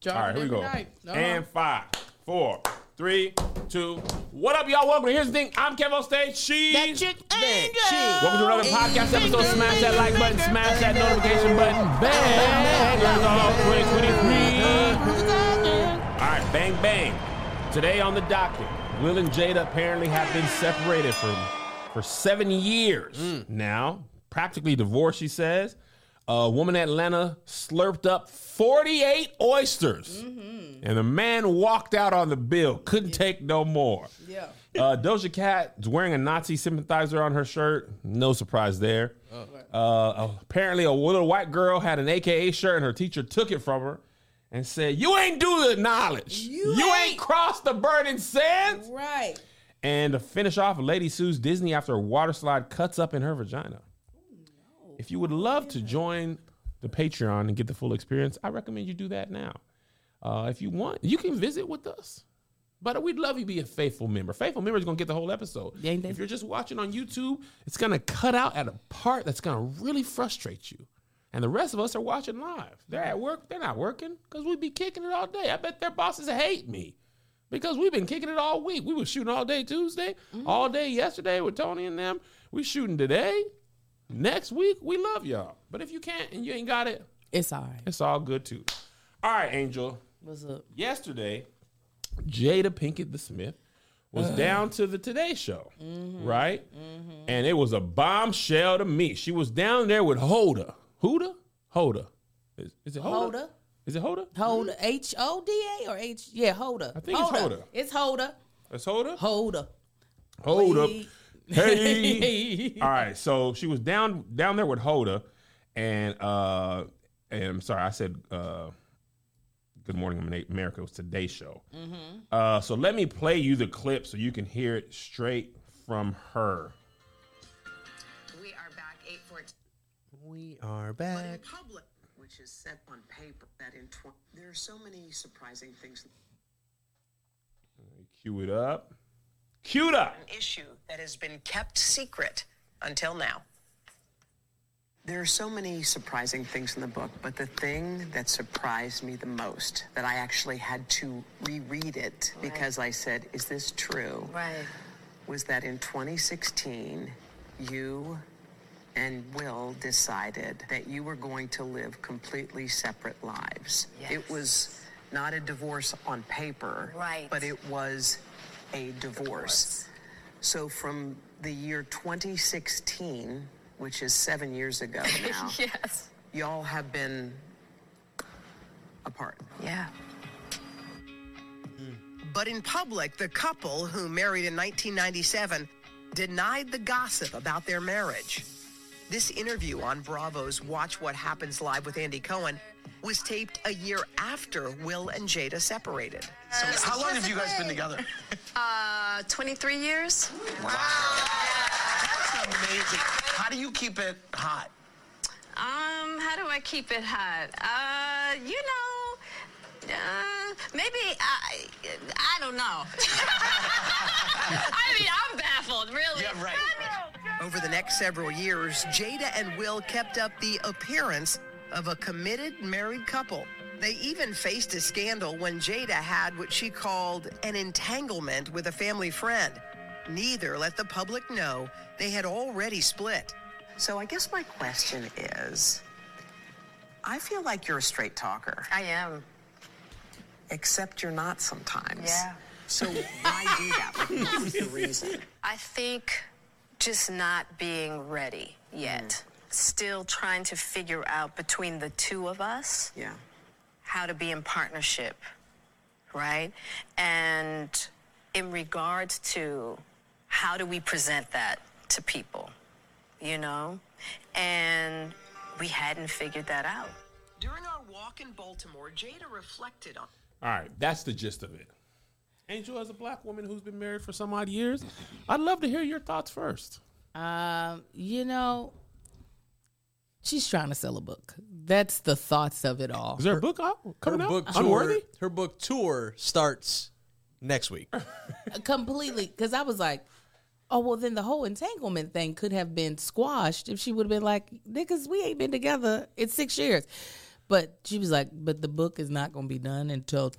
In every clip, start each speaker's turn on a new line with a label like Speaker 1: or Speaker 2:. Speaker 1: John,
Speaker 2: All right, here we go.
Speaker 1: Night. No, no.
Speaker 2: And five, four, three, two. What up, y'all? Welcome. Here's the thing. I'm Kev on stage. She's
Speaker 1: that chick angry.
Speaker 2: Welcome to another podcast episode. Smash that like button, smash that notification button. Bang! It's all 2023. All right, bang, bang. Today on the docket, Will and Jada apparently have been separated from for seven years now. Practically divorced, she says. A woman in Atlanta slurped up 48 oysters, and the man walked out on the bill. Couldn't take no more.
Speaker 1: Yeah.
Speaker 2: Uh, Doja Cat is wearing a Nazi sympathizer on her shirt. No surprise there. Uh, apparently, a little white girl had an AKA shirt, and her teacher took it from her and said, "You ain't do the knowledge.
Speaker 1: You
Speaker 2: ain't,
Speaker 1: ain't-
Speaker 2: crossed the burning sands."
Speaker 1: Right.
Speaker 2: And to finish off, a lady sues Disney after a water slide cuts up in her vagina. If you would love to join the Patreon and get the full experience, I recommend you do that now. Uh, if you want, you can visit with us. But we'd love you to be a faithful member. Faithful member is going to get the whole episode.
Speaker 1: Ain't they-
Speaker 2: If you're just watching on YouTube, it's going to cut out at a part that's going to really frustrate you. And the rest of us are watching live. They're at work. They're not working because we'd be kicking it all day. I bet their bosses hate me because we've been kicking it all week. We were shooting all day Tuesday, all day yesterday with Tony and them. We shooting today. Next week, we love y'all. But if you can't and you ain't got it,
Speaker 1: It's all right.
Speaker 2: it's all good too. All right, Angel.
Speaker 1: What's up?
Speaker 2: Yesterday, Jada Pinkett the Smith was down to the Today Show, right? And it was a bombshell to me. She was down there with Hoda. Huda? Hoda. Is, is it Hoda?
Speaker 1: Hoda.
Speaker 2: Is it Hoda?
Speaker 1: Hoda. H O D A or H? Yeah, Hoda. I
Speaker 2: think it's Hoda.
Speaker 1: It's Hoda.
Speaker 2: It's Hoda?
Speaker 1: Hoda.
Speaker 2: Hold up.
Speaker 1: Wait.
Speaker 2: Hey. All right. So she was down down there with Hoda and uh and I'm sorry, I said uh Good Morning America was today's show.
Speaker 3: Mm-hmm.
Speaker 2: Uh so let me play you the clip so you can hear it straight from her.
Speaker 4: We are back 814.
Speaker 3: We are
Speaker 4: But in
Speaker 3: back.
Speaker 4: public, which is set on paper, that in 20, there are so many surprising things.
Speaker 2: Cue it up. Cue it up.
Speaker 4: An issue that has been kept secret until now. There are so many surprising things in the book, but the thing that surprised me the most, that I actually had to reread it because I said, Is this true?
Speaker 5: Right.
Speaker 4: was that in 2016, you and Will decided that you were going to live completely separate lives. It
Speaker 5: Yes.
Speaker 4: was not a divorce on paper,
Speaker 5: Right.
Speaker 4: but it was a divorce. So from the year 2016, which is seven years ago now,
Speaker 5: Yes.
Speaker 4: y'all have been apart.
Speaker 5: Yeah.
Speaker 4: But in public, the couple, who married in 1997, denied the gossip about their marriage. This interview on Bravo's Watch What Happens Live with Andy Cohen was taped a year after Will and Jada separated.
Speaker 6: How long have you guys been together?
Speaker 5: Uh, 23 years?
Speaker 6: Wow. That's amazing. How do you keep it hot?
Speaker 5: Um, how do I keep it hot? Uh, you know, uh, maybe I, I don't know. I mean, I'm baffled, really.
Speaker 6: Yeah, right.
Speaker 4: Over the next several years, Jada and Will kept up the appearance of a committed married couple. They even faced a scandal when Jada had what she called an entanglement with a family friend. Neither let the public know they had already split. So I guess my question is I feel like you're a straight talker,
Speaker 5: I am.
Speaker 4: except you're not sometimes.
Speaker 5: Yeah.
Speaker 4: So why do that? Like, what's the reason?
Speaker 5: I think just not being ready yet. Still trying to figure out between the two of us.
Speaker 4: Yeah.
Speaker 5: how to be in partnership, right? And in regards to how do we present that to people, you know? And we hadn't figured that out.
Speaker 4: During our walk in Baltimore, Jada reflected on.
Speaker 2: All right, that's the gist of it. Angel, as a black woman who's been married for some odd years, I'd love to hear your thoughts first.
Speaker 1: Um, you know, she's trying to sell a book. That's the thoughts of it all.
Speaker 2: Is there a book out
Speaker 3: Her
Speaker 2: coming out?
Speaker 3: book tour.
Speaker 2: Unworthy?
Speaker 3: Her book tour starts next week.
Speaker 1: completely because I was like, oh well, then the whole entanglement thing could have been squashed if she would have been like, niggas, we ain't been together in six years. But she was like, but the book is not going to be done until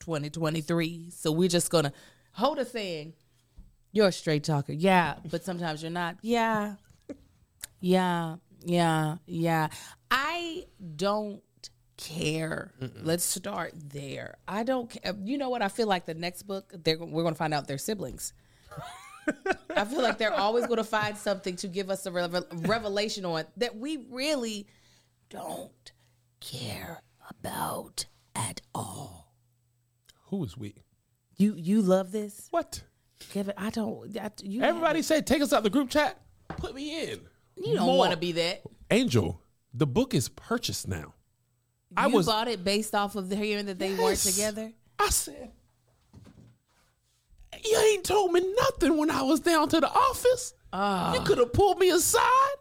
Speaker 1: 2023. So we're just going to hold a saying, you're a straight talker. Yeah. But sometimes you're not. Yeah. Yeah. Yeah. Yeah. I don't care. Let's start there. I don't care. You know what? I feel like the next book, they're, we're going to find out their siblings. I feel like they're always going to find something to give us a revel- revelation on that we really don't care about at all.
Speaker 2: Who is we?
Speaker 1: You you love this,
Speaker 2: What?
Speaker 1: Kevin? I don't. I, you
Speaker 2: Everybody say, take us out the group chat. Put me in.
Speaker 1: you don't
Speaker 2: More.
Speaker 1: want to be that.
Speaker 2: Angel, the book is purchased now. I
Speaker 1: you
Speaker 2: was-
Speaker 1: bought it based off of the hearing that they weren't
Speaker 2: Yes.
Speaker 1: together.
Speaker 2: I said, You ain't told me nothing when I was down to the office.
Speaker 1: Ah.
Speaker 2: You could have pulled me aside.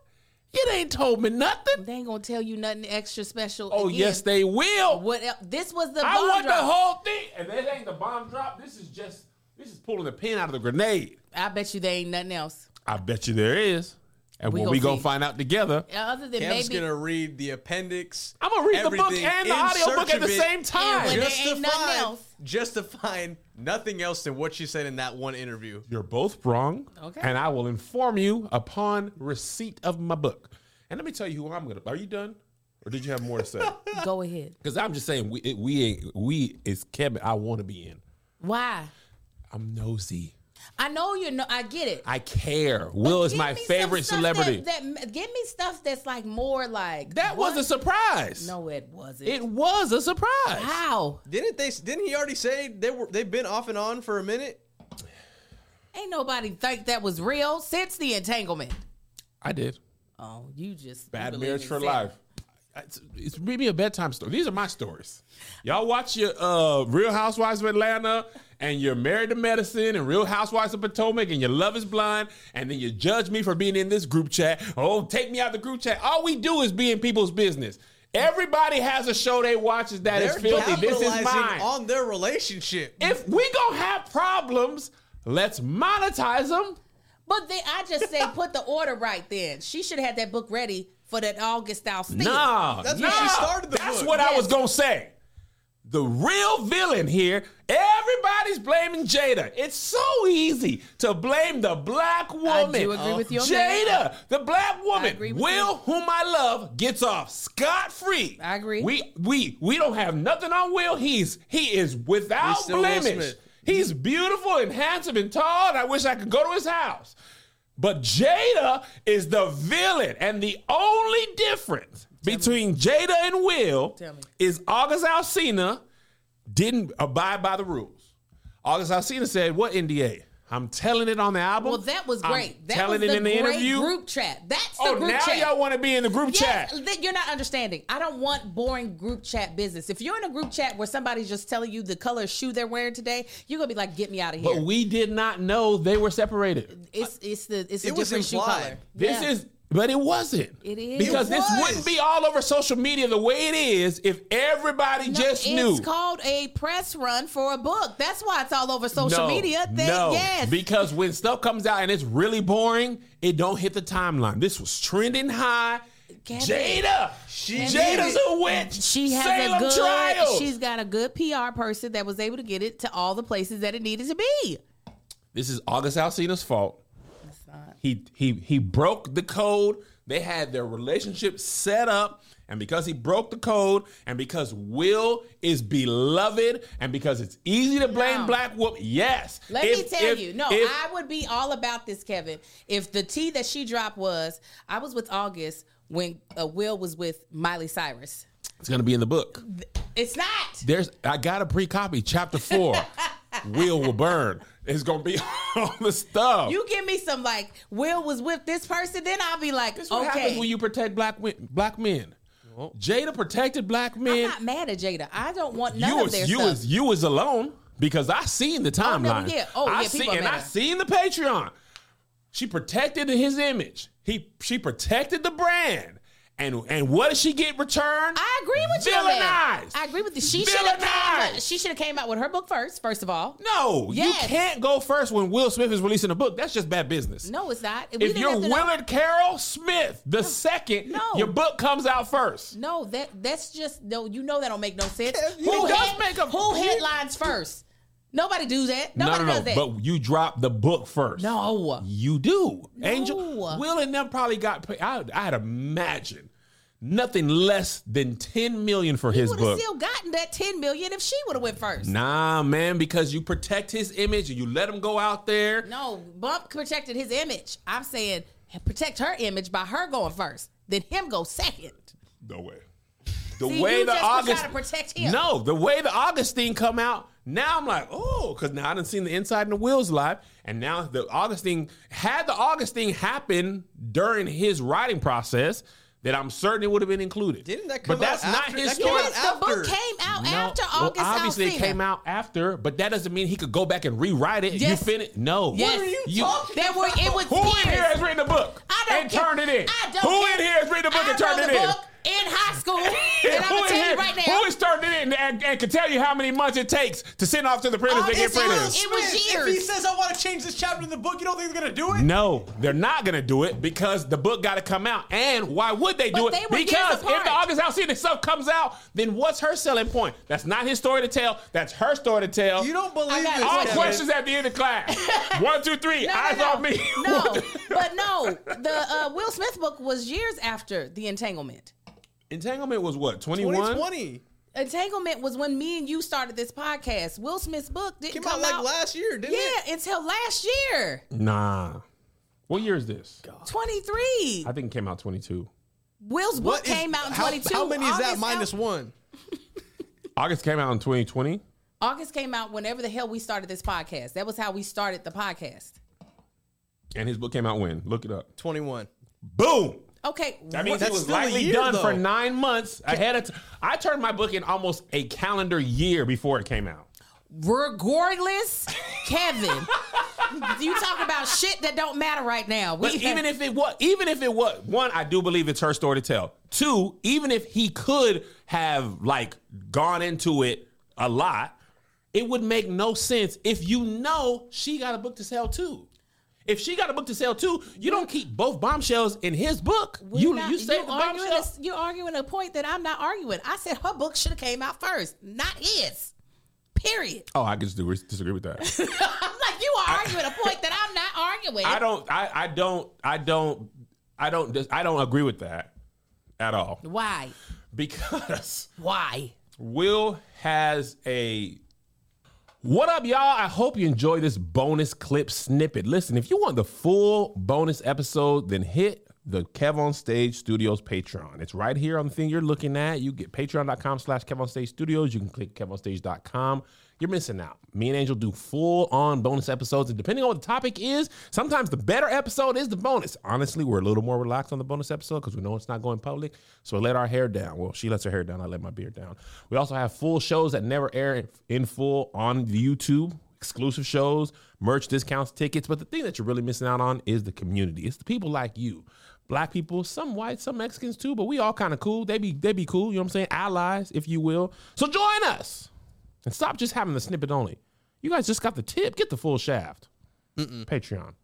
Speaker 2: You ain't told me nothing.
Speaker 1: They ain't gonna tell you nothing extra special.
Speaker 2: Oh,
Speaker 1: again.
Speaker 2: yes, they will.
Speaker 1: What else? This was the
Speaker 2: I
Speaker 1: bomb
Speaker 2: want
Speaker 1: drop.
Speaker 2: the whole thing. And that ain't the bomb drop. This is just, this is pulling the pin out of the grenade.
Speaker 1: I bet you they ain't nothing else
Speaker 2: I bet you there is. And
Speaker 1: We
Speaker 2: when
Speaker 1: gonna
Speaker 2: we go
Speaker 1: see.
Speaker 2: find out together,
Speaker 1: Uh, other than
Speaker 3: Cam's
Speaker 1: maybe.
Speaker 3: gonna read the appendix.
Speaker 2: I'm gonna read the book
Speaker 3: everything
Speaker 2: and the
Speaker 3: in
Speaker 2: audio book
Speaker 3: search
Speaker 2: at the
Speaker 3: of it,
Speaker 2: same time.
Speaker 1: when And they
Speaker 3: Just to
Speaker 1: ain't nothing
Speaker 3: find-
Speaker 1: else.
Speaker 3: Just to find nothing else than what she said in that one interview.
Speaker 2: You're both wrong.
Speaker 1: Okay.
Speaker 2: And I will inform you upon receipt of my book. And let me tell you who I'm gonna. Are you done, or did you have more to say?
Speaker 1: Go ahead.
Speaker 2: Because I'm just saying we it, we ain't we is Kevin. I want to be in.
Speaker 1: Why?
Speaker 2: I'm nosy.
Speaker 1: I know you're. No, I get it.
Speaker 2: I care. Will is
Speaker 1: Give
Speaker 2: my
Speaker 1: me some
Speaker 2: favorite
Speaker 1: stuff
Speaker 2: celebrity. That,
Speaker 1: That, that- give me stuff that's like more like
Speaker 2: was a surprise.
Speaker 1: No, it wasn't.
Speaker 2: It was a surprise.
Speaker 1: How?
Speaker 3: Didn't they? Didn't he already say they were? They've been off and on for a minute.
Speaker 1: Ain't nobody think that was real since the entanglement.
Speaker 2: I did.
Speaker 1: Oh, you just you
Speaker 2: Bad
Speaker 1: believe
Speaker 2: marriage
Speaker 1: in
Speaker 2: for
Speaker 1: Satan.
Speaker 2: life. It's, it's read me a bedtime story. These are my stories. Y'all watch your uh, Real Housewives of Atlanta, and you're married to medicine, and Real Housewives of Potomac, and your love is blind, and then you judge me for being in this group chat. Oh, take me out the group chat. All we do is be in people's business. Everybody has a show they watches that is
Speaker 3: They're
Speaker 2: filthy. This is
Speaker 3: capitalizing
Speaker 2: mine.
Speaker 3: on their relationship.
Speaker 2: if we gonna have problems, let's monetize them.
Speaker 1: But then I just say put the order right. Then she should have had that book ready for that August style steal.
Speaker 2: Nah,
Speaker 3: That's
Speaker 2: nah.
Speaker 3: what she started the
Speaker 2: That's
Speaker 3: book.
Speaker 2: what I was gonna say. The real villain here. Everybody's blaming Jada. It's so easy to blame the black woman.
Speaker 1: do agree with you on
Speaker 2: Jada,
Speaker 1: that.
Speaker 2: the black woman.
Speaker 1: agree with
Speaker 2: Will, whom I love, gets off scot free.
Speaker 1: I agree.
Speaker 2: We we we don't have nothing on Will. He's he is without
Speaker 3: He's still Will
Speaker 2: blemish.
Speaker 3: Smith.
Speaker 2: He's beautiful and handsome and tall, and I wish I could go to his house. But Jada is the villain, and the only difference between Jada and Will
Speaker 1: Tell me.
Speaker 2: is August Alsina didn't abide by the rules. August Alsina said, "What NDA? I'm telling it on the album.
Speaker 1: Well, that was
Speaker 2: I'm
Speaker 1: great. that
Speaker 2: telling
Speaker 1: was
Speaker 2: it
Speaker 1: the
Speaker 2: in the
Speaker 1: great
Speaker 2: interview.
Speaker 1: group chat. That's the
Speaker 2: oh,
Speaker 1: group
Speaker 2: now
Speaker 1: chat.
Speaker 2: y'all want to be in the group
Speaker 1: Yes,
Speaker 2: chat?
Speaker 1: that- you're not understanding. I don't want boring group chat business. If you're in a group chat where somebody's just telling you the color shoe they're wearing today, you're gonna be like, "Get me out of here."
Speaker 2: But we did not know they were separated.
Speaker 1: it's it's the it's a
Speaker 3: It was
Speaker 1: different shoe
Speaker 3: implied.
Speaker 1: color.
Speaker 2: This
Speaker 1: Yeah.
Speaker 2: is, but it wasn't.
Speaker 1: It is.
Speaker 2: because
Speaker 1: It
Speaker 2: this
Speaker 3: was.
Speaker 2: wouldn't be all over social media the way it is if everybody
Speaker 1: No, it's
Speaker 2: just knew.
Speaker 1: called a press run for a book. That's why it's all over social media. They,
Speaker 2: no,
Speaker 1: yes.
Speaker 2: because when stuff comes out and it's really boring, it don't hit the timeline. This was trending high.
Speaker 1: Kevin.
Speaker 2: Jada,
Speaker 3: She
Speaker 2: Jada's
Speaker 3: did it.
Speaker 2: a witch.
Speaker 1: she has
Speaker 2: Salem
Speaker 1: a good.
Speaker 2: trials.
Speaker 1: She's got a good PR person that was able to get it to all the places that it needed to be.
Speaker 2: This is August Alsina's fault. He he he broke the code. They had their relationship set up, and because he broke the code, and because Will is beloved, and because it's easy to blame
Speaker 1: No.
Speaker 2: black woman. Yes,
Speaker 1: Let
Speaker 2: If-
Speaker 1: me tell
Speaker 2: if-
Speaker 1: you, no,
Speaker 2: if-
Speaker 1: I would be all about this, Kevin. If the tea that she dropped was, I was with August when uh, Will was with Miley Cyrus.
Speaker 2: it's gonna be in the book.
Speaker 1: It's not.
Speaker 2: There's I got a pre-copy, chapter four. Will will burn. It's gonna be all the stuff.
Speaker 1: You give me some like Will was with this person, then I'll be like,
Speaker 2: this is what happens
Speaker 1: okay.
Speaker 2: when you protect black wi- black men. Jada protected black
Speaker 1: I'm
Speaker 2: men.
Speaker 1: not mad at Jada. I don't want none
Speaker 2: You
Speaker 1: of their
Speaker 2: was you
Speaker 1: stuff.
Speaker 2: was you was alone because I seen the
Speaker 1: no,
Speaker 2: timeline.
Speaker 1: yeah. Oh,
Speaker 2: I
Speaker 1: yeah,
Speaker 2: see,
Speaker 1: people are
Speaker 2: and
Speaker 1: mad
Speaker 2: I
Speaker 1: at her.
Speaker 2: seen the Patreon. She protected his image. He she protected the brand. And and what does she get returned?
Speaker 1: I agree with you. on that.
Speaker 2: Villainized.
Speaker 1: I agree with you. She should have came.
Speaker 2: Villainized.
Speaker 1: Out, she should have came out with her book first. First of all,
Speaker 2: No,
Speaker 1: Yes.
Speaker 2: you can't go first when Will Smith is releasing a book. That's just bad business.
Speaker 1: no, it's not. We
Speaker 2: if
Speaker 1: didn't
Speaker 2: you're
Speaker 1: have to know-
Speaker 2: Willard Carroll Smith the second,
Speaker 1: No.
Speaker 2: your book comes out first.
Speaker 1: No, that that's just no. You know that don't make no sense.
Speaker 2: It does make a-
Speaker 1: who headlines first? Nobody do that. Nobody
Speaker 2: no, no,
Speaker 1: does
Speaker 2: no.
Speaker 1: that.
Speaker 2: But you drop the book first.
Speaker 1: no,
Speaker 2: You do. Angel
Speaker 1: No.
Speaker 2: Will and them probably got paid. I, I'd imagine nothing less than 10 million for
Speaker 1: he
Speaker 2: his
Speaker 1: would have
Speaker 2: book.
Speaker 1: still gotten that ten million if she would have went first.
Speaker 2: nah, man, because you protect his image and you let him go out there.
Speaker 1: No, Bump protected his image. I'm saying protect her image by her going first, then him go second.
Speaker 2: No way. The
Speaker 1: See,
Speaker 2: way
Speaker 1: you
Speaker 2: the
Speaker 1: just was
Speaker 2: August
Speaker 1: trying to protect him.
Speaker 2: No, the way the Augustine come out. Now I'm like, oh, because now I done seen the inside and the wheels live, and now the Augustine had the Augustine happen during his writing process, that I'm certain it would have been included.
Speaker 3: Didn't that
Speaker 2: But
Speaker 3: come out
Speaker 2: that's not
Speaker 3: after-
Speaker 2: his
Speaker 3: that came
Speaker 2: story.
Speaker 3: out
Speaker 1: Yes, the
Speaker 3: after.
Speaker 1: book came out
Speaker 2: No,
Speaker 1: after
Speaker 2: well,
Speaker 1: August.
Speaker 2: obviously it
Speaker 1: Alsina.
Speaker 2: came out after, but that doesn't mean he could go back and rewrite it.
Speaker 1: Yes.
Speaker 2: You finish? No.
Speaker 1: Yes. What are you
Speaker 3: talking
Speaker 1: There were it was
Speaker 2: Who in
Speaker 1: years.
Speaker 2: here has written a book
Speaker 1: I don't
Speaker 2: and
Speaker 1: care.
Speaker 2: turned it in?
Speaker 1: I don't
Speaker 2: Who
Speaker 1: care.
Speaker 2: in here has written a book
Speaker 1: I
Speaker 2: and turned
Speaker 1: wrote
Speaker 2: it
Speaker 1: the
Speaker 2: in?
Speaker 1: book in high school, and I'm
Speaker 2: Who
Speaker 1: gonna
Speaker 2: in
Speaker 1: tell
Speaker 2: here-
Speaker 1: you right now.
Speaker 2: Who is turning it in and, and can tell you how many months it takes to send off to the printers to get
Speaker 1: August
Speaker 2: printers?
Speaker 1: It was
Speaker 3: If he
Speaker 1: years.
Speaker 3: says I want to change this chapter in the book, you don't think he's gonna do it?
Speaker 2: No, they're not gonna do it because the book got to come out. And why would they do
Speaker 1: But
Speaker 2: it?
Speaker 1: they were years
Speaker 2: because if
Speaker 1: apart.
Speaker 2: the August Alsina stuff comes out, then what's her selling point? That's not his story to tell. That's her story to tell.
Speaker 3: You don't
Speaker 1: I
Speaker 3: believe
Speaker 1: got
Speaker 3: this?
Speaker 1: a
Speaker 2: All
Speaker 1: Wait
Speaker 3: Kevin.
Speaker 2: questions at the end of class. One, two, three.
Speaker 1: No, no,
Speaker 2: eyes
Speaker 1: no.
Speaker 2: on me.
Speaker 1: No, but no, the uh, Will Smith book was years after the entanglement.
Speaker 2: Entanglement was what? 21?
Speaker 3: 2020
Speaker 1: Entanglement was when me and you started this podcast. Will Smith's book didn't
Speaker 3: came
Speaker 1: come
Speaker 3: out like last year, didn't it?
Speaker 1: yeah, until last year,
Speaker 2: Nah. What year is this?
Speaker 1: twenty three.
Speaker 2: I think it came out 22.
Speaker 1: Will's book
Speaker 3: What is-
Speaker 1: came out in
Speaker 3: how-
Speaker 1: twenty two.
Speaker 3: How many is that minus one?
Speaker 2: August came out in 2020.
Speaker 1: August came out whenever the hell we started this podcast. That was how we started the podcast.
Speaker 2: And his book came out when? Look it up.
Speaker 3: 21.
Speaker 2: Boom.
Speaker 1: Okay,
Speaker 2: That means
Speaker 1: wh-
Speaker 2: it
Speaker 3: That's
Speaker 2: was
Speaker 3: still a
Speaker 2: likely
Speaker 3: year,
Speaker 2: done
Speaker 3: though.
Speaker 2: for nine months ahead of time. I turned my book in almost a calendar year before it came out.
Speaker 1: regardless, Kevin. you talk about shit that don't matter right now. We,
Speaker 2: But even if it was, even if it was, one, I do believe it's her story to tell. Two, even if he could have like gone into it a lot, it would make no sense if you know she got a book to sell too. If she got a book to sell too, you don't keep both bombshells in his book.
Speaker 1: We're
Speaker 2: you
Speaker 1: not-
Speaker 2: you save the
Speaker 1: arguing
Speaker 2: bombshell.
Speaker 1: a- you're arguing a point that I'm not arguing. I said her book should have came out first, not his. Period.
Speaker 2: Oh, I just do- disagree with that.
Speaker 1: I'm like you are arguing a point that I'm not arguing.
Speaker 2: I don't. I, I don't. I don't. I don't. dis- I don't agree with that at all
Speaker 1: Why?
Speaker 2: because
Speaker 1: Why?
Speaker 2: Will has a. What up, y'all? I hope you enjoy this bonus clip snippet. Listen, if you want the full bonus episode, then hit the Kev on Stage Studios Patreon. It's right here on the thing you're looking at. You get patreon.com slash Kev on Stage Studios. You can click kevonstage.com. You're missing out. Me and Angel do full on bonus episodes. And depending on what the topic is, sometimes the better episode is the bonus. Honestly, we're a little more relaxed on the bonus episode because we know it's not going public. So we let our hair down. Well, she lets her hair down. I let my beard down. We also have full shows that never air in- in full on YouTube exclusive shows, merch discounts, tickets. But the thing that you're really missing out on is the community. It's the people like you. Black people, some whites, some Mexicans too, but we all kind of cool. They be they be cool, you know what I'm saying? Allies, if you will. So join us. And stop just having the snippet only. You guys just got the tip. Get the full shaft. Patreon.